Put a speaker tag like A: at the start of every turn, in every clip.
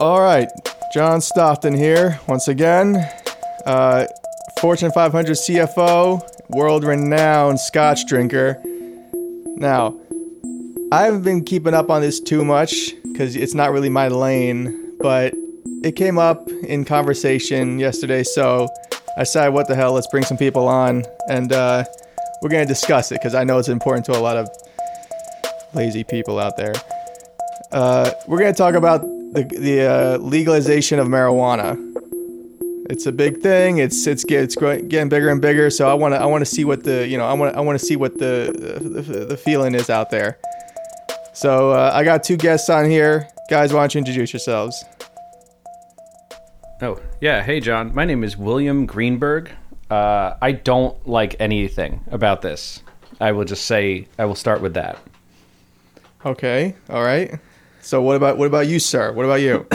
A: All right, John Stockton here once again. Uh, Fortune 500 CFO, world renowned scotch drinker. Now, I haven't been keeping up on this too much because it's not really my lane, but it came up in conversation yesterday, so I said, what the hell, let's bring some people on and uh, we're going to discuss it because I know it's important to a lot of lazy people out there. Uh, we're going to talk about the, the uh, legalization of marijuana. It's a big thing. It's it's get, it's growing, getting bigger and bigger. So I want to I want to see what the you know I want I want to see what the, the the feeling is out there. So uh, I got two guests on here. Guys, why don't you introduce yourselves?
B: Oh, yeah. Hey, John. My name is William Greenberg. Uh, I don't like anything about this. I will just say, I will start with that.
A: Okay. All right. So what about what about you, sir? What about you?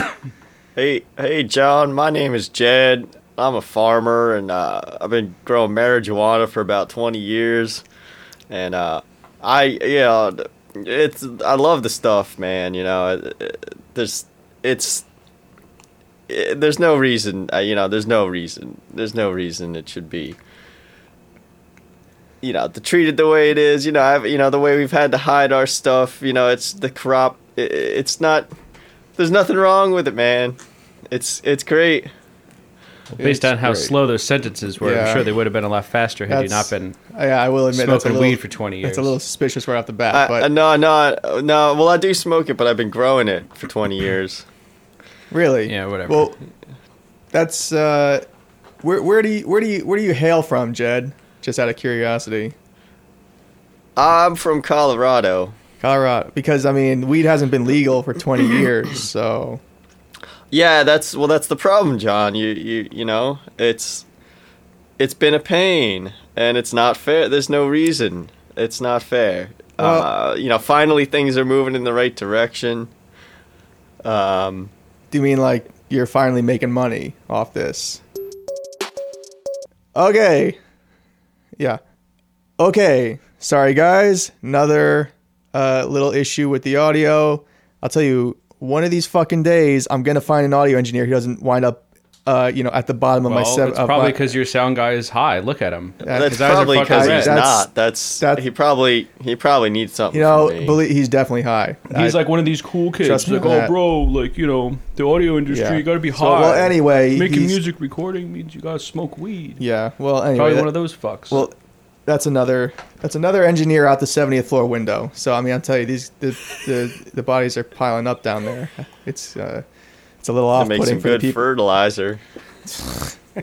C: Hey, hey, John. My name is Jed. I'm a farmer, and uh, I've been growing marijuana for about 20 years. And uh, I, yeah, it's I love the stuff, man. You know, it, it, there's it's it, there's no reason, uh, you know, there's no reason, there's no reason it should be. You know, the treated the way it is. You know, I've, you know the way we've had to hide our stuff. You know, it's the crop. It, it's not. There's nothing wrong with it, man. It's it's great.
A: It's
B: Based on how
A: great.
B: slow those sentences were,
A: Yeah.
B: I'm sure they would have been a lot faster had you not
A: That's-
B: been.
A: Yeah, I will admit that's a
B: Smoking
A: little,
B: weed for 20
A: That's a
B: years.
A: little suspicious right off the bat,
C: I,
A: but
C: uh, no, no, uh, no. Well, I do smoke it, but I've been growing it for 20 years.
A: Really?
B: Yeah, whatever.
A: Well, that's uh, where where do you where do you where do you hail from, Jed? Just out of curiosity,
C: I'm from Colorado.
A: Colorado, because I mean, weed hasn't been legal for 20 years, so
C: Yeah, that's well, that's the problem, John. You you you know, it's it's been a pain, and it's not fair. There's no reason. It's not fair.
A: Well-
C: uh, you know, finally things are moving in the right direction. Um,
A: do you mean like you're finally making money off this? Okay. Yeah. Okay. Sorry, guys. Another uh, little issue with the audio. I'll tell you, one of these fucking days, I'm gonna find an audio engineer who doesn't wind up, uh, you know, at the bottom of my
B: Well,
A: seven.
B: it's probably because your sound guy is high. Look at him.
C: that's
B: his eyes are
C: probably
B: fucking
C: because
B: red.
C: he's
A: That's-
C: not. That's,
A: that's-
C: he probably he probably needs something.
A: You know,
C: from me.
A: believe, he's definitely high.
B: He's like one of these cool kids.
A: Trust me
B: like,
A: on
B: oh,
A: that.
B: bro, like you know, the audio industry,
A: Yeah.
B: you gotta be
A: So,
B: high.
A: well, anyway,
B: making
A: he's-
B: music recording means you gotta smoke weed.
A: yeah. Well, anyway,
B: Probably
A: that-
B: one of those fucks.
A: Well, that's another that's another engineer out the 70th floor window. So I mean, I'll tell you, these the the, the bodies are piling up down there. It's uh, it's a little
C: That makes
A: off-putting
C: some
A: for the
C: good
A: people.
C: fertilizer.
A: yeah,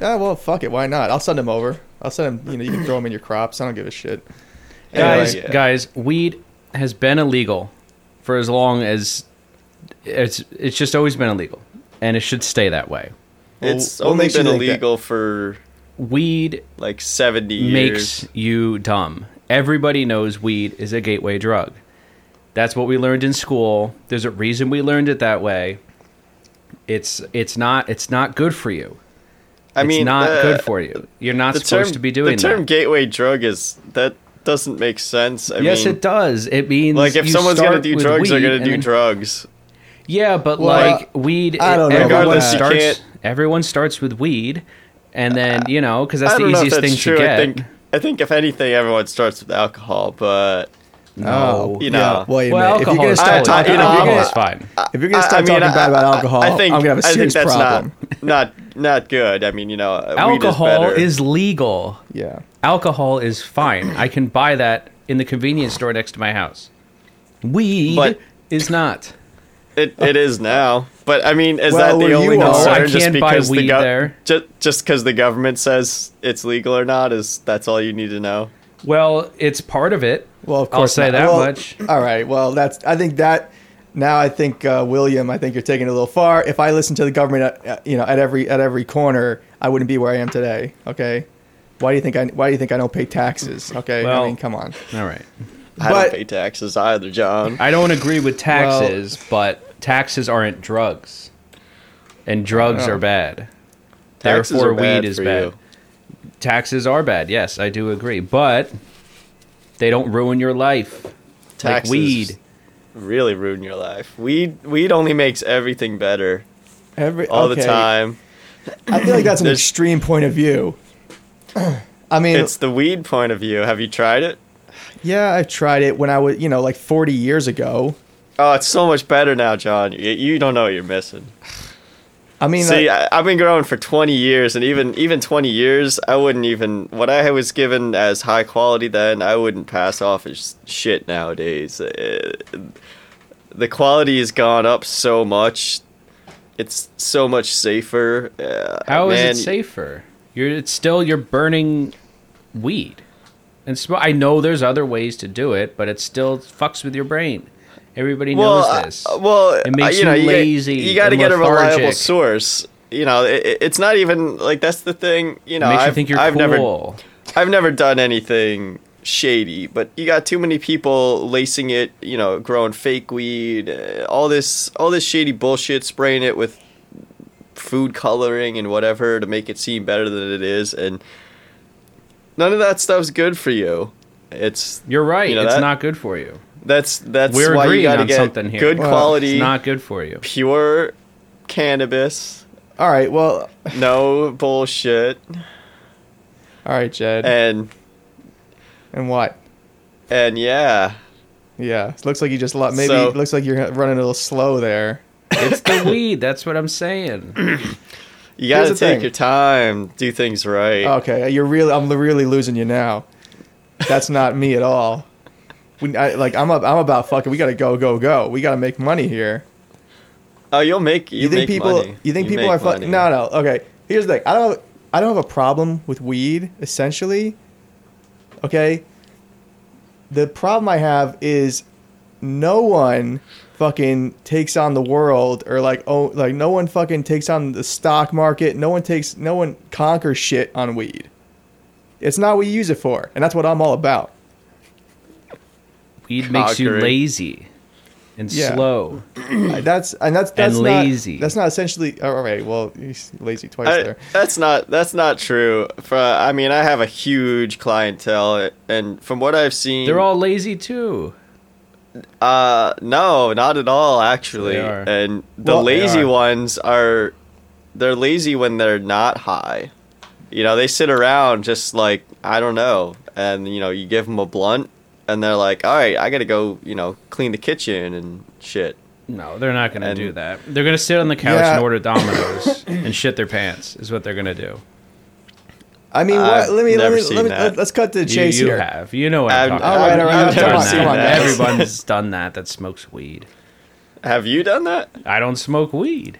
A: Ah, well, fuck it, why not? I'll send them over. I'll send them. You know, you can throw them in your crops. I don't give a shit.
B: guys,
C: Anyway.
B: guys, weed has been illegal for as long as it's it's just always been illegal, and it should stay that way.
C: It's
A: what
C: only
A: makes you
C: been
A: think that?
C: illegal for
B: Weed
C: like 70 years.
B: makes you dumb. Everybody knows weed is a gateway drug. That's what we learned in school. There's a reason we learned it that way. It's it's not it's not good for you.
C: I
B: it's
C: mean,
B: not
C: uh,
B: good for you. You're not
C: the
B: supposed
C: term
B: to be doing
C: the term
B: that.
C: gateway drug is that doesn't make sense. I
B: yes,
C: mean,
B: it does. It means
C: Like if
B: you
C: someone's gonna
B: start
C: do
B: with
C: drugs, they're
B: weed
C: gonna
B: and
C: do
B: then-
C: drugs.
B: Yeah, but
A: Well,
B: like weed,
A: I don't know about
B: Everyone
A: that.
C: You
B: starts.
C: can't-
B: Everyone starts with weed, and then you know because that's
C: I
B: the
C: don't know if
B: easiest
C: that's
B: thing
C: true.
B: to
C: I
B: get.
C: think I think if anything, everyone starts with alcohol, but
B: no,
C: you
A: Oh, yeah.
C: know.
A: Wait a
B: well,
A: minute. If you're
B: alcohol
A: gonna
B: is
A: start
B: totally-
C: I- I-
A: talking,
C: you know,
A: if
C: I'm
A: you're
B: alcohol
C: gonna-
B: is fine.
A: if you're gonna
C: I-
A: start
C: I mean,
A: talking bad
C: I-
A: about
C: I-
A: alcohol,
C: I think
A: am gonna have a
C: I think
A: serious
C: that's
A: problem.
C: not not not good. I mean, you know, uh, weed
B: Alcohol
C: is, better.
B: is legal.
A: Yeah.
B: Alcohol is fine. I can buy that in the convenience store next to my house. Weed
C: But-
B: is not.
C: It, it is now, but I mean, is
A: Well,
C: that
A: where
C: the
A: you
C: only
A: are-
C: concern?
B: I
C: just
B: can buy
C: because the
B: weed
C: gov-
B: there.
C: ju- just because the government says it's legal or not is that's all you need to know.
B: Well, it's part of it.
A: Well, of
B: I'll
A: course,
B: say
A: not.
B: that
A: Well,
B: much.
A: All right. Well, that's. I think that. Now I think uh, William. I think you're taking it a little far. If I listened to the government, at, at- you know, at every at every corner, I wouldn't be where I am today. Okay. Why do you think I? Why do you think I don't pay taxes? Okay.
B: Well-
A: I mean, come on.
B: All right.
C: I
A: But-
C: don't pay taxes either, John.
B: I don't agree with taxes, but taxes aren't drugs, and drugs
A: know.
B: are bad.
C: Taxes
B: Therefore,
C: are bad
B: weed is
C: for
B: bad.
C: you.
B: Taxes are bad. Yes, I do agree, but they don't ruin your life
C: Taxes
B: like weed.
C: really ruin your life. Weed weed only makes everything better
A: Every,
C: all the
A: okay.
C: time.
A: I feel like that's an
C: There's-
A: extreme point of view. I mean,
C: It's the weed point of view. Have you tried it?
A: yeah, I've tried it when I was, you know, like 40 years ago.
C: Oh, it's so much better now, John. You, you don't know what you're missing.
A: I mean,
C: See,
A: like,
C: I, I've been growing for 20 years, and even even 20 years, I wouldn't even what I was given as high quality then, I wouldn't pass off as shit nowadays. Uh, the quality has gone up so much; it's so much safer. Uh,
B: How is
C: man,
B: it safer? You're it's still you're burning weed, and sm- I know there's other ways to do it, but it still fucks with your brain. Everybody
C: Well,
B: knows
C: uh,
B: this.
C: well,
B: It
C: uh,
B: makes
C: you, know,
B: you
C: you get-
B: lazy
C: You, got to
B: and
C: get a reliable
B: lethargic.
C: source. You know, it, it- it's not even like that's the thing. You know,
B: makes
C: I've,
B: you think you're
C: I've
B: cool.
C: never I've never done anything shady, but you got too many people lacing it, you know, growing fake weed, uh, all this all this shady bullshit, spraying it with food coloring and whatever to make it seem better than it is and none of that stuff's good for you. It's
B: You're right.
C: You know
B: it's
C: that?
B: not good for you.
C: that's that's
B: We're
C: why you
B: agreeing
C: got to
B: on
C: get
B: something here.
C: good
A: Well,
C: quality
B: It's not good for you.
C: pure cannabis,
A: all right, well,
C: no bullshit
A: all right, Jed. And,
C: and
A: what?
C: and yeah.
A: Yeah, it looks like you just lo- maybe
C: So-
A: it looks like you're running a little slow there.
B: It's the weed. That's what I'm saying.
C: You gotta
A: Here's the
C: take
A: thing.
C: your time, do things right.
B: Oh,
A: Okay, you're really I'm really losing you now. That's not me at all. We, I, like I'm up, I'm about fucking. We gotta go, go, go. We gotta make money here.
C: Oh, you'll make. You,
A: You, think
C: make
A: people?
C: money.
A: You think people
C: make
A: are fucking?
C: money.
A: No, no. Okay. Here's the thing. I don't. I don't have a problem with weed. Essentially. Okay. The problem I have is, no one fucking takes on the world or like oh like no one fucking takes on the stock market. No one takes. No one conquers shit on weed. It's not what you use it for, and that's what I'm all about.
B: Weed makes you
C: Cockering.
B: lazy and
A: Yeah.
B: slow.
A: I- That's and that's that's not,
B: lazy.
A: That's not essentially. All right. Well, he's lazy twice
C: I-
A: there.
C: that's not. That's not true. For I mean, I have a huge clientele, and from what I've seen,
B: They're all lazy too.
C: Uh, no, not at all. Actually,
B: They are.
C: and the
A: Well, they
C: lazy
A: are.
C: ones are. They're lazy when they're not high. You know, they sit around just like I don't know, and you know, you give them a blunt, and they're like, "All right, I gotta go, you know, clean the kitchen and shit."
B: No, they're not going to
C: And-
B: do that. They're going to sit on the couch
A: Yeah.
B: and order Dominoes and shit their pants. Is what they're going to do.
A: I mean, what,
C: I've
A: let me let
C: never
A: me,
C: seen
A: let me
C: that.
A: let, us cut to the
B: You-
A: chase
B: you,
A: here.
B: have. You know what I'm
C: I've-
B: talking about.
A: all right, all right,
B: You've
A: come
B: done
A: on, come on,
B: that.
A: guys.
B: Everyone's done that. That smokes weed.
C: Have you done that?
B: I don't smoke weed.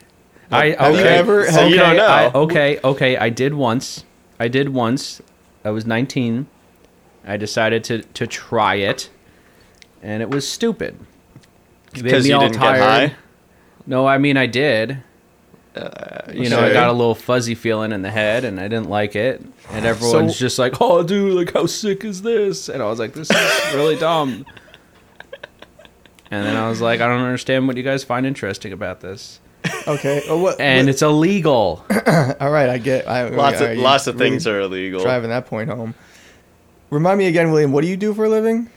B: I okay.
A: Have you ever-
C: So
B: okay,
C: you don't know.
B: I, okay, okay. I did once. I did once. I was 19. I decided to to try it, and it was stupid. It made
C: Because
B: me
C: you
B: all
C: didn't
B: tired.
C: get high.
B: No, I mean I did. you know,
C: sure.
B: I got a little fuzzy feeling in the head, and I didn't like it. And everyone's
A: So-
B: just like, "Oh, dude, like how sick is this?" And I was like, "This is really dumb." And then I was like, "I don't understand what you guys find interesting about this."
A: Okay. Oh, what,
B: And it's illegal.
A: what- all right, I get. I,
C: Lots
A: okay,
C: of
A: you
C: lots of
A: really
C: things are illegal.
A: driving that point home. Remind me again, William. What do you do for a living?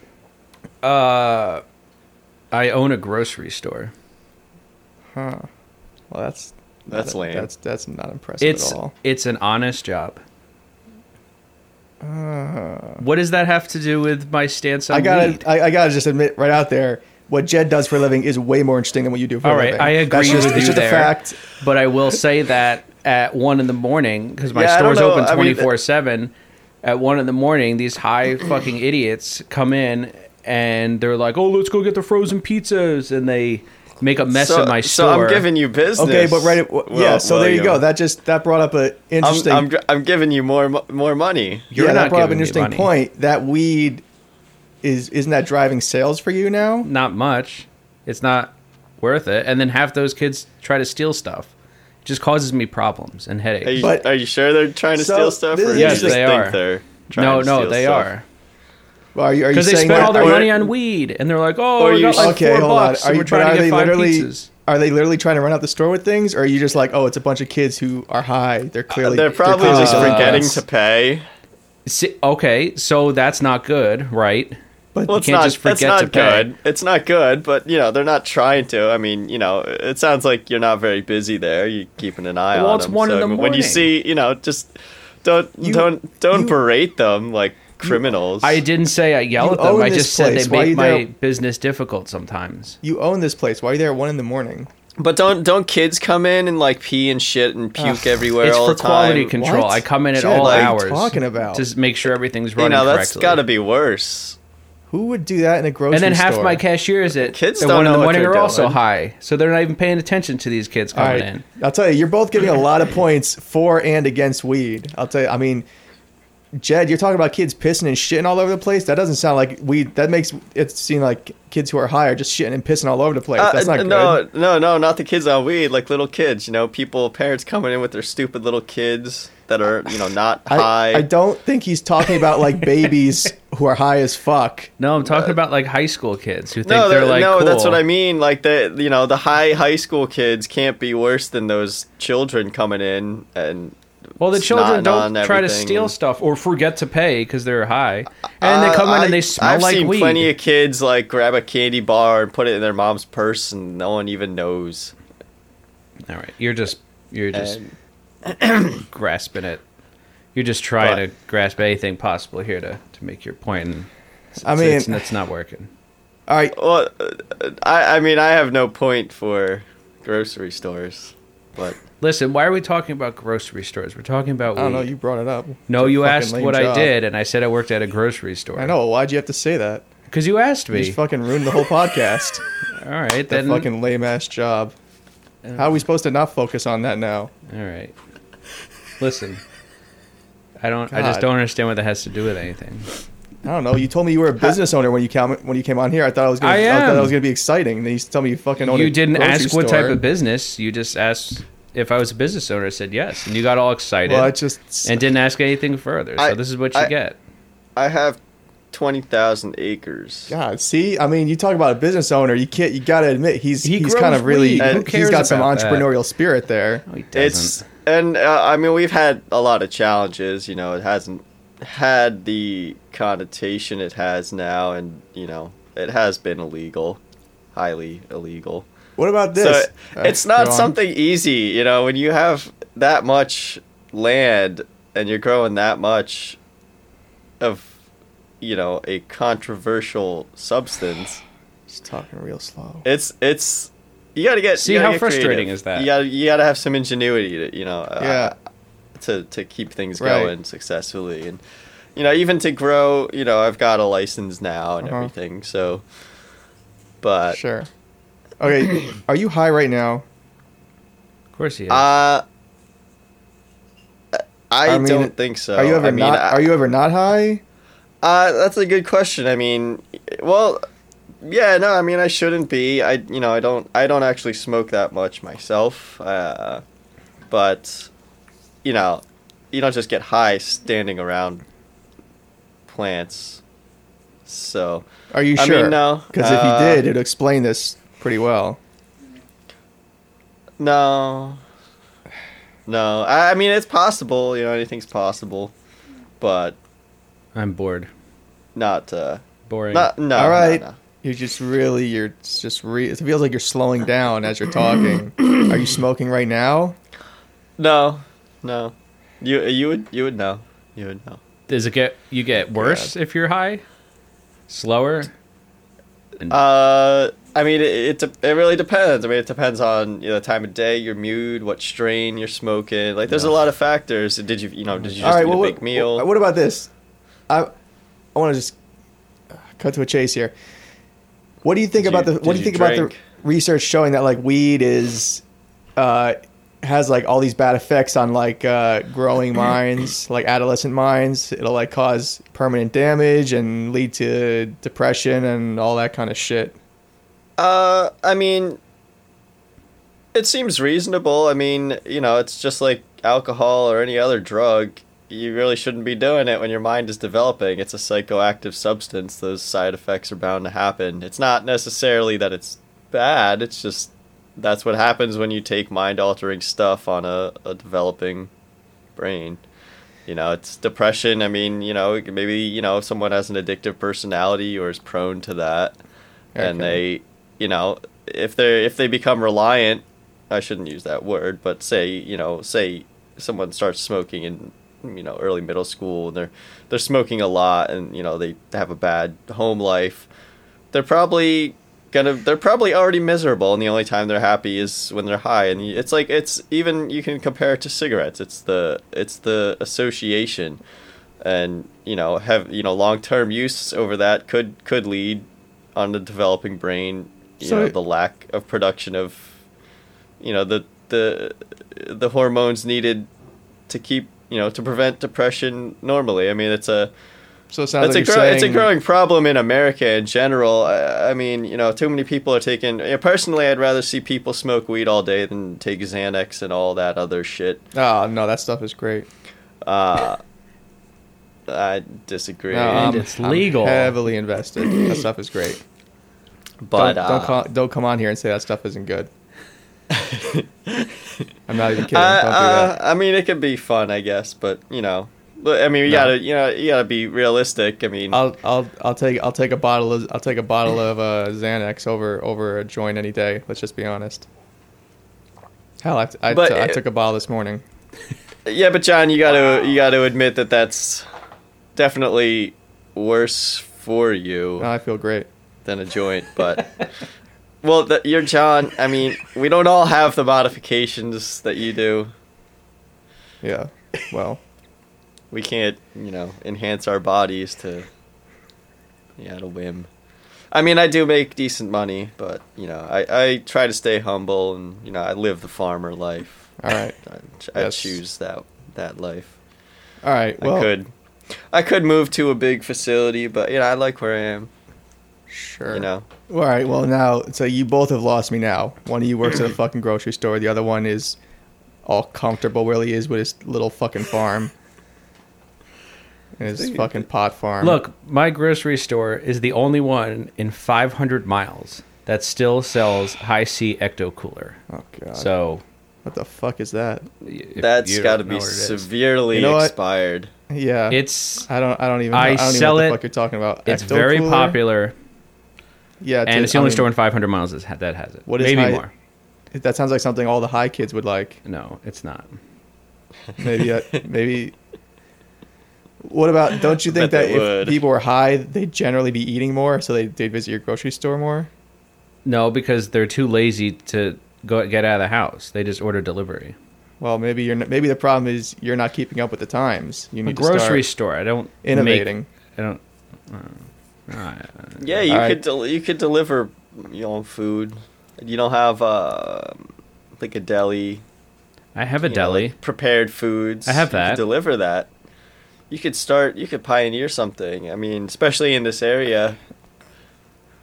B: Uh, I own a grocery store.
A: Huh. Well, that's
C: That's
A: that-
C: lame.
A: That's that's not impressive
B: It's
A: at all.
B: it's an honest job.
A: Uh,
B: What does that have to do with my stance on
A: I gotta
B: weed?
A: I, I gotta just admit right out there, what Jed does for a living is way more interesting than what you do for
B: All
A: a
B: right,
A: living.
B: I
A: That's
B: agree
A: just,
B: with
A: it's
B: you
A: just a
B: there.
A: fact.
B: but I will say that at one in the morning, because my
C: Yeah, I don't
B: store's
C: know.
B: open
C: I mean,
B: twenty four seven. At one in the morning, these high fucking idiots come in and they're like, "Oh, let's go get the frozen pizzas," and they make a mess
C: so,
B: of my
C: so
B: store.
C: I'm giving you business.
A: Okay, but right. w yeah.
C: Well,
A: So there you
C: William.
A: go. That just that brought up an
C: I'm,
A: interesting.
C: I'm, gi am giving you more mo- more money.
B: You're
A: yeah,
B: not
A: that brought up an
B: giving me
A: interesting
B: money.
A: point. That weed is isn't that driving sales for you now?
B: not much. It's not worth it. And then half those kids try to steal stuff. It just causes me problems and
C: Are you,
B: headaches.
A: But-
C: are you sure they're trying to
A: So,
C: steal stuff?
A: this
C: Or
A: is
C: you
B: Yes,
C: just
B: they
C: think
B: are.
C: they're trying
B: no,
C: to
B: no,
C: steal
B: they
C: stuff?
B: are.
A: Well, Are you are you
B: Because they
A: saying
B: spend
A: that-
B: all their
C: or-
B: money on weed, and they're like, "Oh,
C: or
B: we
C: you
B: got
C: should-
B: like four bucks,
A: Are
B: and
A: you,
B: we're
A: but
B: trying
A: are
B: to
A: they
B: get five
A: literally
B: pizzas."
A: are they literally trying to run out the store with things, or are you just like, oh, it's a bunch of kids who are high? They're clearly
C: Uh, They're probably
A: clearly
C: just
A: selling
C: forgetting
A: drugs.
C: to pay.
B: Si- okay, so that's not good, right? But
C: Well,
B: you
C: it's
B: can't
C: not.
B: just
C: it's
B: forget
C: not
B: to pay.
C: good. It's not good, but you know they're not trying to. I mean, you know, it sounds like you're not very busy there. You're keeping an eye
B: Well,
C: on
B: it's
C: them.
B: one in
C: so
B: the
C: When
B: morning.
C: you see, you know, just don't
A: You-
C: don't don't
A: you-
C: berate them like criminals.
B: I didn't say I yell
A: You
B: at them.
A: own
B: I
A: this
B: just said
A: place.
B: they
A: Why
B: make
A: you
B: my
A: there-
B: business difficult sometimes.
A: You own this place. Why are you there at one in the morning?
C: but don't don't kids come in and like pee and shit and puke
A: Ugh.
C: everywhere
B: it's
C: all
B: for
C: the
B: quality
C: time.
B: control.
A: What?
B: I come in at
A: Jed,
B: all
A: what are you
B: hours.
A: talking about?
B: to make sure everything's
C: you
B: running
C: know that's
B: correctly.
C: got to be worse.
A: Who would do that in a grocery
B: and then half
A: store?
B: my cashiers at
C: Kids
B: at
C: don't
B: one in
C: know
B: the
C: what
B: morning
C: they're
B: are also
C: doing.
B: high, so they're not even paying attention to these kids
A: All
B: coming
A: right.
B: in.
A: I'll tell you, you're both giving a lot of points for and against weed. I'll tell you. I mean, Jed, you're talking about kids pissing and shitting all over the place. That doesn't sound like weed. That makes it seem like kids who are high are just shitting and pissing all over the place.
C: Uh,
A: That's not
C: n-
A: good.
C: no, no, no, not the kids on weed. Like little kids, you know, people, parents coming in with their stupid little kids that are, you know, not high.
A: I, I don't think he's talking about like babies who are high as fuck.
B: No, I'm talking about like high school kids who Uh, think
C: no,
B: they're
C: that-
B: like
C: no,
B: cool.
C: that's what I mean. Like the you know the high high school kids can't be worse than those children coming in and
B: Well, the children
C: snotting
B: don't
C: on
B: try to
C: everything.
B: steal stuff or forget to pay because they're high, and
C: Uh,
B: they come in
C: I-
B: and they smell
C: I've
B: like
C: seen
B: weed.
C: plenty of kids like grab a candy bar and put it in their mom's purse and no one even knows.
B: all right, you're just you're just
C: And-
B: grasping it. You're just trying
C: But-
B: to grasp anything possible here to, to make your point, and it's,
A: I
B: it's-
A: mean-
B: it's not working.
A: All right,
C: well, uh, I I mean I have no point for grocery stores, but
B: Listen, why are we talking about grocery stores? We're talking about
A: I don't
B: weed.
A: know. You brought it up.
B: no,
A: It's a
B: you
A: fucking
B: asked
A: lame
B: what I
A: job.
B: did, and I said I worked at a grocery store.
A: I know. Why'd you have to say that?
B: because you asked
A: You
B: me.
A: just fucking ruined the whole podcast.
B: All right,
A: that
B: then.
A: fucking lame ass job. How are we supposed to not focus on that now?
B: All right. Listen, I don't. I just
A: God.
B: don't understand what that has to do with anything.
A: I don't know. You told me you were a business owner when you came when you came on here. I thought I was gonna,
B: I
A: I, thought
B: am.
A: that was gonna be exciting. And then you tell me you fucking own a
B: you didn't
A: grocery
B: ask what
A: store.
B: type of business. You just asked if I was a business owner. I said yes, and you got all excited
A: Well, I just
B: and didn't ask anything further. So
C: I-
B: this is what you
C: I-
B: get.
C: I have twenty thousand acres.
A: God, see, I mean, you talk about a business owner. You can't. You gotta admit he's
B: He
A: he's
B: grows
A: kind of really uh,
B: weed.
C: Who
A: he's
B: cares
A: got some
B: about that?
A: entrepreneurial spirit there.
B: No, he doesn't.
C: It's and uh, I mean we've had a lot of challenges. You know, it hasn't had the connotation it has now, and you know it has been illegal, highly illegal.
A: What about this?
C: So
A: Uh,
C: it- it's not
A: go on.
C: something easy. You know, when you have that much land and you're growing that much of, you know, a controversial substance.
A: Just talking real slow.
C: It's it's you gotta get.
B: See,
C: you gotta
B: how
C: get
B: frustrating
C: creative.
B: is that?
C: You gotta you gotta have some ingenuity to you know. uh,
A: yeah,
C: to to keep things
A: Right.
C: going successfully and you know even to grow you know i've got a license now and
A: Uh-huh.
C: everything so but
A: sure. Okay, are you high right now?
B: of course he is.
C: uh I,
A: I mean,
C: don't think so.
A: are you ever
C: I mean, uh,
A: not?
C: I-
A: are you ever not high?
C: Uh, that's a good question. I mean, well, yeah, no, I mean, I shouldn't be. I, you know, I don't, I don't actually smoke that much myself. Uh, but, you know, you don't just get high standing around plants. So,
A: Are you
C: I
A: sure?
C: mean, no,
A: Because
C: uh,
A: if you did, it'd explain this pretty well.
C: no, no. I, I mean, it's possible. You know, anything's possible, but
B: I'm bored.
C: not, uh,
B: Boring.
C: not, no.
A: All right.
C: no, no.
A: You're just really, you're it's just re. It feels like you're slowing down as you're talking. Are you smoking right now?
C: No, no. You you would you would know. You would know.
B: Does it get you get worse if you're high? Slower?
C: Uh, I mean, it, it de- it really depends. I mean, it depends on you know, the time of day, your mood, what strain you're smoking. Like, there's a lot of factors. Did you you know did you just eat a big
A: what,
C: meal?
A: What about this? I I want to just cut to a chase here. What do you think
C: Did
A: about
C: you-
A: the What do
C: did
A: you think
C: you
A: about the
C: drink?
A: research showing that like weed is uh, has like all these bad effects on like uh, growing minds, like adolescent minds. It'll like cause permanent damage and lead to depression and all that kind of shit.
C: Uh, I mean, it seems reasonable. I mean, you know, it's just like alcohol or any other drug. You really shouldn't be doing it when your mind is developing. It's a psychoactive substance. Those side effects are bound to happen. It's not necessarily that it's bad. It's just that's what happens when you take mind altering stuff on a, a developing brain. you know it's depression i mean you know maybe you know if someone has an addictive personality or is prone to that and they you know if they if they become reliant i shouldn't use that word but say you know say someone starts smoking in you know early middle school and they're they're smoking a lot and you know they have a bad home life they're probably gonna they're probably already miserable and the only time they're happy is when they're high and you- it's like it's even you can compare it to cigarettes it's the it's the association and you know have you know long-term use over that could could lead on the developing brain you
A: So-
C: know the lack of production of you know the the the hormones needed to keep you know to prevent depression normally i mean it's a
A: So it sounds like
C: it's a
A: you're
C: grow-
A: saying
C: it's a growing problem in America in general. I, I mean, you know, too many people are taking. You know, personally, I'd rather see people smoke weed all day than take Xanax and all that other shit.
A: Oh no, that stuff is great.
C: Uh, I disagree.
A: No, um,
B: And
A: I'm-
B: it's
A: I'm
B: legal.
A: heavily invested. That stuff is great.
C: but
A: don't,
C: uh,
A: don't, call, don't come on here and say that stuff isn't good. I'm not even kidding.
C: I-
A: don't
C: I-
A: do that.
C: uh, I mean, it could be fun, I guess, but you know, but, I mean, you
A: No.
C: gotta, you know, you gotta be realistic. I mean,
A: I'll I'll I'll take I'll take a bottle of I'll take a bottle of uh, Xanax over over a joint any day. Let's just be honest. Hell, I I
C: But
A: I
C: it-
A: took a bottle this morning.
C: Yeah, but John, you got to you got to admit that that's definitely worse for you
A: Now I feel great.
C: than a joint. But well, th you're John. I mean, we don't all have the modifications that you do.
A: Yeah. Well,
C: We can't, you know, enhance our bodies to yeah, to whim. I mean, I do make decent money, but you know, I, I try to stay humble and you know, I live the farmer life.
A: all right.
C: I, I
A: Yes.
C: choose that that life.
A: All right. Well,
C: I could, I could move to a big facility, but you know, I like where I am.
A: Sure.
C: You know,
A: All right. Well, now, so you both have lost me now. One of you works at a fucking grocery store. The other one is all comfortable where he is with his little fucking farm and his fucking pot farm.
B: Look, my grocery store is the only one in 500 miles that still sells high C ecto cooler.
A: Oh god.
B: So
A: what the fuck is that?
B: if
C: that's
B: you
C: got to
B: don't know
C: be
B: what it is.
C: severely
A: You know what?
C: expired.
A: Yeah.
B: It's
A: I don't. I don't even. Know,
B: I
A: I, don't
B: sell
A: even know what
B: it.
A: the fuck you're talking about.
B: it's very
A: Ecto-cooler?
B: popular,
A: Yeah.
B: and
A: dude,
B: it's the only
A: I mean,
B: store in 500 miles that's ha- that has it.
A: What is
B: Maybe
A: high-
B: more.
A: That sounds like something all the high kids would like.
B: No, it's not.
A: Maybe. uh, maybe. What about? Don't you think
C: Bet
A: that
C: they
A: if
C: would.
A: people were high, they'd generally be eating more, so they they would visit your grocery store more?
B: No, because they're too lazy to go get out of the house. They just order delivery.
A: Well, maybe you're. n- Maybe the problem is you're not keeping up with the times. You
B: A
A: need
B: grocery
A: to start
B: store. I don't make-
A: innovating.
B: I don't. uh, uh,
C: Yeah, you
A: All right.
C: could del- you could deliver your own food. You don't have uh, like a deli.
B: I have a
C: you know,
B: deli.
C: like prepared foods.
B: I have
C: You could
B: that.
C: deliver that. You could start. You could pioneer something. I mean, especially in this area,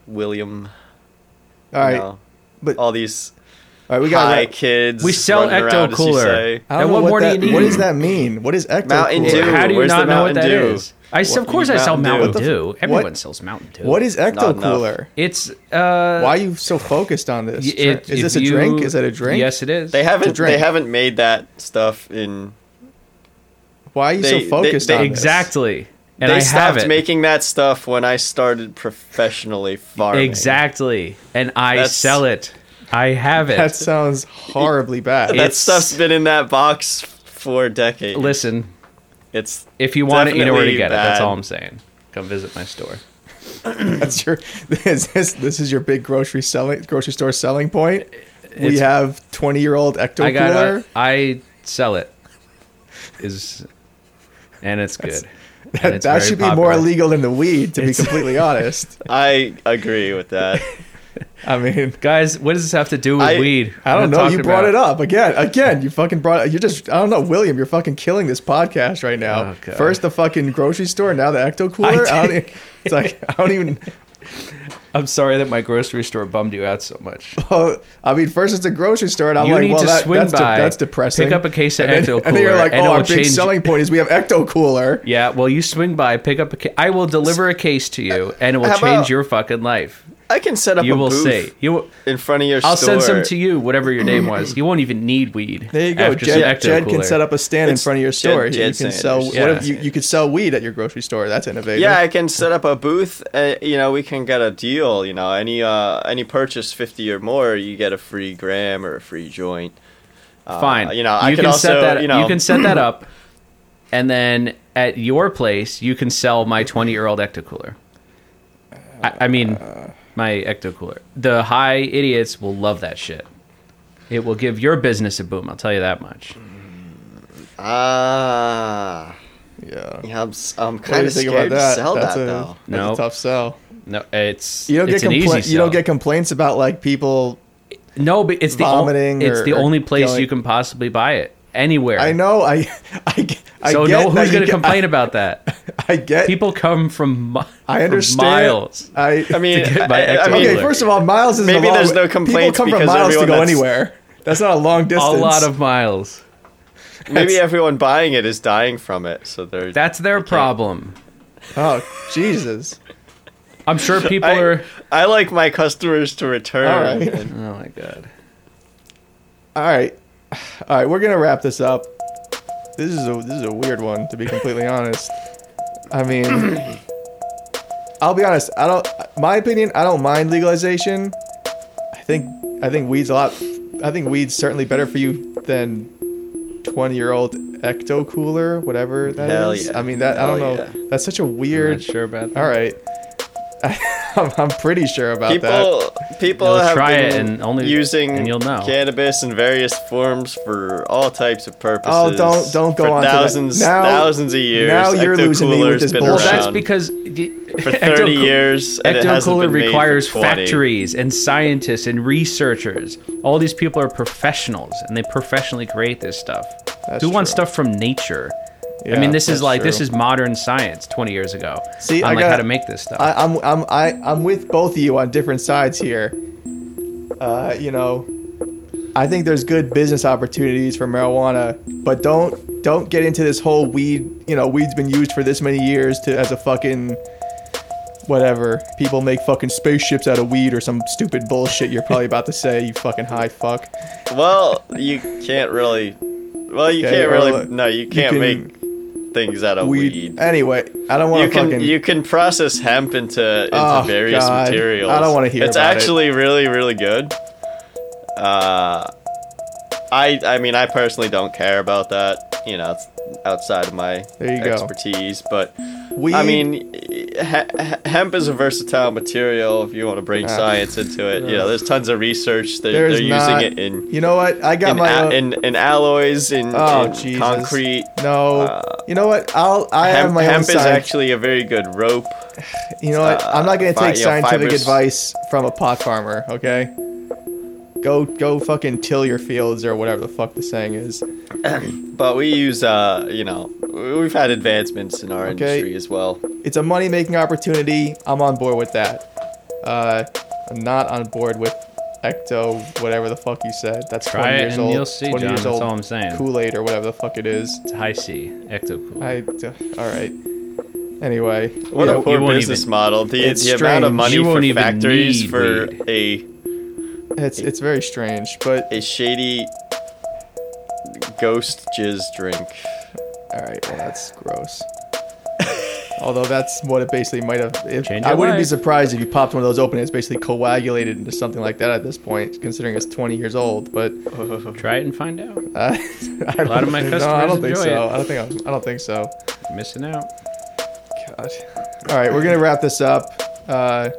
C: William.
A: All right,
C: you know,
A: but-
C: all these
A: all right, we got.
C: high kids.
B: we sell
C: running around,
B: ecto
C: as you
B: cooler.
C: say.
A: I don't
B: And
A: know
B: what
A: what
B: more
A: that,
B: do you need?
A: What does that mean? What is ecto?
C: Mountain
A: cooler?
C: Dew.
B: How do you
C: Where's the
B: not know what that
C: Mountain
B: is?
C: Dew?
B: I s- of
C: What-
B: course I sell
C: Mountain Dew.
B: Mountain
A: What the
B: Dew.
A: f-
B: Everyone
A: what-
B: sells Mountain Dew.
A: What is
C: Not
A: ecto
C: enough.
A: cooler?
B: It's uh.
A: Why are you so focused on this?
B: y-
A: is
B: it- if
A: this a
B: you-
A: drink? Is it a drink?
B: Yes, it is.
C: They haven't. They
A: drink.
C: haven't made that stuff in.
A: Why are you
C: They-
A: so
C: they-
A: focused
C: they-
A: on this?
B: exactly. And
C: they
B: I
C: stopped
B: have it.
C: making that stuff when I started professionally farming.
B: exactly, and I
C: That's-
B: sell it. I have it.
A: That sounds horribly bad.
C: That
B: It's-
C: stuff's been in that box for decades.
B: Listen,
C: It's
B: if you want it, you know where to
C: Definitely
B: get it. That's
C: bad.
B: all I'm saying. Come visit my store.
A: That's your. Is this this is your big grocery selling grocery store selling point? we
B: It's-
A: have twenty year old ecto
B: I got.
A: cooler.
B: a- I sell it. Is and it's good. And
A: That,
B: it's
A: that
B: very
A: should be more
B: popular.
A: illegal than the weed, to be completely honest.
C: I agree with that.
A: I mean,
B: Guys, what does this have to do with
C: I-
B: weed?
A: I
B: We're
A: don't know.
B: not
A: You
B: talking
A: brought
B: about-
A: it up again. Again, you fucking brought. You're just. I don't know, William. You're fucking killing this podcast right now.
B: Oh, God.
A: First the fucking grocery store, now the ecto cooler.
B: I
A: I, don't e- it's like I don't even.
B: I'm sorry that my grocery store bummed you out so much.
A: Oh, I mean, first it's a grocery store, and I'm
B: you
A: like,
B: need
A: well,
B: to
A: that,
B: swing
A: that's, de-
B: by.
A: that's depressing.
B: Pick up a case of
A: and then,
B: ecto cooler,
A: and then you're like, oh,
B: it'll
A: our big
B: change-
A: selling point is we have ecto cooler.
B: Yeah, well, you swing by, pick up a. Ca- I will deliver a case to you, and it will
C: How
B: change
C: about-
B: your fucking life.
C: I can set up
B: You
C: a
B: will
C: booth
B: see. You will.
C: in front of your
B: I'll
C: store.
B: send some to you, whatever your name was. You won't even need weed.
A: There you go.
B: after some
A: Jed, Jed can
B: Ecto-Cooler.
A: set up a stand in
C: It's
A: front of your
C: Jed-
A: store. you
C: Jed
A: can
C: Sanders.
A: sell what
B: Yeah.
A: if you, you could sell weed at your grocery store. That's innovative.
C: Yeah, I can set up a booth. And, you know, we can get a deal. You know, any uh, any purchase fifty or more, you get a free gram or a free joint. Uh,
B: Fine.
C: You know, I
B: you
C: can,
B: can
C: also
B: set that.
C: you know
B: can set that up, and then at your place, you can sell my twenty-year-old ecto cooler. I, I mean, my ecto cooler. The high idiots will love that shit. It will give your business a boom. I'll tell you that much.
C: Ah,
A: yeah.
C: yeah, I'm, s- I'm
A: What do
C: kind
A: you
C: of
A: think about
C: scared
A: that?
C: to sell
A: that's
C: that
A: a,
C: though.
A: that's a
B: Nope.
A: tough sell.
B: No, it's
A: You don't
B: it's
A: get
B: an easy
A: compla- You
B: sell.
A: don't get complaints about like people.
B: no, but it's the o-
A: vomiting
B: it's
A: or-
B: the
A: or
B: only place
A: going-
B: you can possibly buy it anywhere.
A: I know. I I get- I
B: So
A: get
B: no,
A: that you
B: who's going to
A: get-
B: complain about that?
A: I, I get.
B: People come from, mi-
A: I
B: from
A: understand.
B: miles.
A: I.
C: I mean,
B: To get my
C: I, I
B: ecto
C: mean,
A: okay.
B: cooler.
A: First of all, miles is
C: Maybe
A: a long,
C: there's no
A: People
C: complaints
A: come from
C: because
A: miles to
C: everyone
A: go
C: that's-
A: anywhere. That's not a long
B: A
A: distance.
B: lot of miles.
C: maybe everyone buying it is dying from it, so they're
B: That's their problem.
A: Oh Jesus!
B: I'm sure people
C: I,
B: are.
C: I like my customers to return.
A: All right.
B: Oh
C: and-
B: my god.
A: All right, all right. We're gonna wrap this up. This is a this is a weird one to be completely honest. I mean, I'll be honest. I don't. My opinion. I don't mind legalization. I think I think weed's a lot. I think weed's certainly better for you than twenty year old ecto cooler, whatever that is.
C: Hell yeah.
A: I mean that. I don't
C: Hell
A: know.
C: yeah.
A: That's such a
B: You're
A: weird.
B: not sure about that.
A: All right. I'm, I'm pretty sure about that.
C: People, people
B: You'll
C: have
B: try
C: been
B: it and only-
C: using
B: and you'll know.
C: cannabis in various forms for all types of purposes.
A: Oh, don't- don't go
C: for
A: on to that.
C: thousands,
A: Now-
C: thousands of years.
A: now you're losing me with
C: Ecto-Cooler's
A: this
C: been
B: Well,
A: bullshit.
B: that's
C: around
B: because
C: for thirty years. and it
B: Ecto
C: hasn't
B: Cooler
C: been made for
B: requires
C: 20.
B: factories and scientists and researchers. All these people are professionals, and they professionally create this stuff.
A: That's
B: Who wants
A: true.
B: stuff from nature?
A: Yeah,
B: I mean, this
A: that's
B: is like this
A: true.
B: is modern science. Twenty years ago,
A: See,
B: on
A: I
B: like
A: got-
B: how to make this stuff.
A: I, I'm I'm I, I'm with both of you on different sides here. Uh, you know, I think there's good business opportunities for marijuana, but don't don't get into this whole weed. You know, weed's been used for this many years to as a fucking whatever. People make fucking spaceships out of weed or some stupid bullshit. You're probably about to say you fucking high fuck.
C: Well, you can't really. Well, you
A: Okay,
C: can't
A: or
C: really.
A: like-
C: No, you can't
A: can-
C: make things out of
A: Weed.
C: weed.
A: Anyway, I don't
C: You
A: want to
C: can
A: fucking.
C: you can process hemp into into
A: Oh,
C: various
A: God.
C: materials.
A: I don't wanna hear
C: It's
A: about it.
C: actually really really good. Uh, I I mean I personally don't care about that. You know, it's outside of my
A: There you go.
C: expertise. But
A: weed,
C: I mean, he- he- hemp is a versatile material. If you want to bring
A: Ah.
C: science into it, you know, there's tons of research. They're,
A: there's
C: they're
A: not-
C: using it in
A: You know what? I got
C: in,
A: my.
C: a-
A: own-
C: in, in alloys, in,
A: Oh,
C: in
A: Jesus.
C: concrete.
A: No,
C: Uh,
A: you know what? I'll I have
C: Hemp,
A: my own
C: hemp is
A: side.
C: actually a very good rope.
A: you know what? I'm not gonna
C: fi-
A: take
C: you know,
A: scientific
C: fibers.
A: advice from a pot farmer. Okay. Go go fucking till your fields or whatever the fuck the saying is.
C: But we use, uh, you know, we've had advancements in our
A: Okay.
C: industry as well.
A: It's a money making opportunity. I'm on board with that. Uh, I'm not on board with ecto whatever the fuck you said. That's
B: Try
A: 20
B: it
A: years
B: and
A: old.
B: you'll see,
A: 20
B: John.
A: years
B: That's
A: old.
B: all I'm saying.
A: Kool Aid or whatever the fuck it is.
B: It's high C ecto cooler.
A: I d- all right. Anyway,
C: What
A: yeah,
C: a poor
B: won't
C: business
B: even-
C: model. The,
A: It's
C: the amount of
A: strange.
C: money
B: You won't
C: for
B: even
C: factories
B: need
C: for
B: weed.
C: a
A: it's it's very strange, but
C: a shady ghost jizz drink.
A: All right, well that's gross. Although that's what it basically might have. If,
B: Change
A: I
B: your
A: wouldn't be
B: life.
A: surprised if you popped one of those open. and It's basically coagulated into something like that at this point, considering it's 20 years old. But
B: Try it and find out.
A: uh, a
B: lot of my
A: No, I
B: customers
A: don't think
B: enjoy
A: so.
B: it.
A: I don't think. I'm- I don't think so.
B: Missing out.
A: God. All right, we're gonna wrap this up. Uh,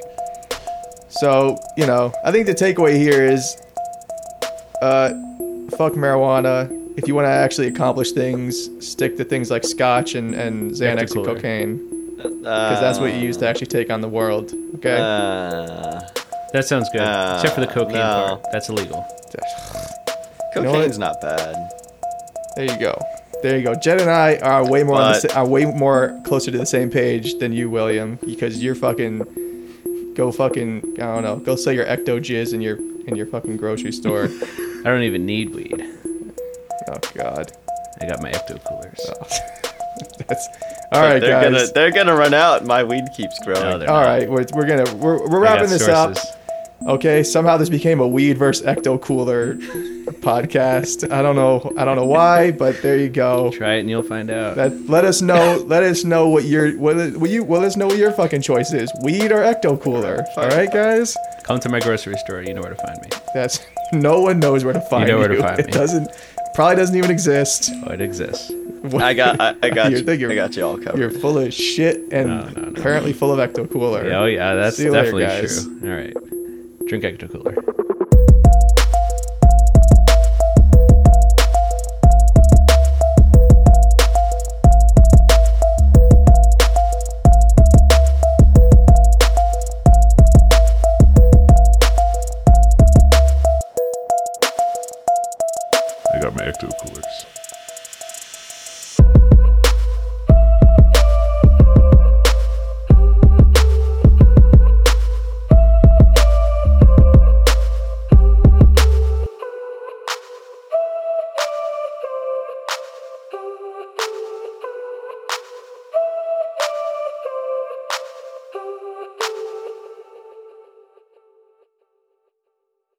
A: so you know, I think the takeaway here is, uh, fuck marijuana. If you want to actually accomplish things, stick to things like scotch and, and Xanax and
B: Ecto-Cooler.
A: cocaine.
C: Because
A: because that's what you use to actually take on the world. Okay.
C: Um, Uh,
B: That sounds good.
C: Uh,
B: Except for the cocaine
C: no.
B: part. That's illegal.
A: You know what?
C: cocaine's not bad.
A: there you go. There you go. Jed and I are way more on the,
C: But-
A: sa- are way more closer to the same page than you, William, because you're fucking go fucking I don't know. Go sell your ecto jizz in your in your fucking grocery store.
B: I don't even need weed.
A: oh God.
B: I got my ecto coolers.
A: Oh. That's all right,
C: they're
A: guys.
C: gonna they're gonna run out. My weed keeps growing.
B: they're-
A: All right, we're, we're gonna we're, we're
B: I got
A: wrapping this
B: sources.
A: up. Okay, somehow this became a weed versus ecto cooler podcast. I don't know, I don't know why, but there you go.
B: Try it and you'll find out.
A: That let us know, let us know what your what, what you well, let us know what your fucking choice is, weed or ecto cooler. All right, guys.
B: Come to my grocery store. You know where to find me.
A: That's no one knows where to find you.
B: know where to find
A: it
B: me.
A: doesn't probably doesn't even exist.
B: Oh, it exists.
C: I got I, I got
A: You
C: you.
A: think you're-
C: I got you all covered.
A: You're full of shit and
B: no, no.
A: apparently full of ecto cooler.
B: Yeah, oh yeah, that's
A: See you later,
B: definitely
A: guys.
B: true. All right, drink extra cooler.
D: I got my ecto coolers.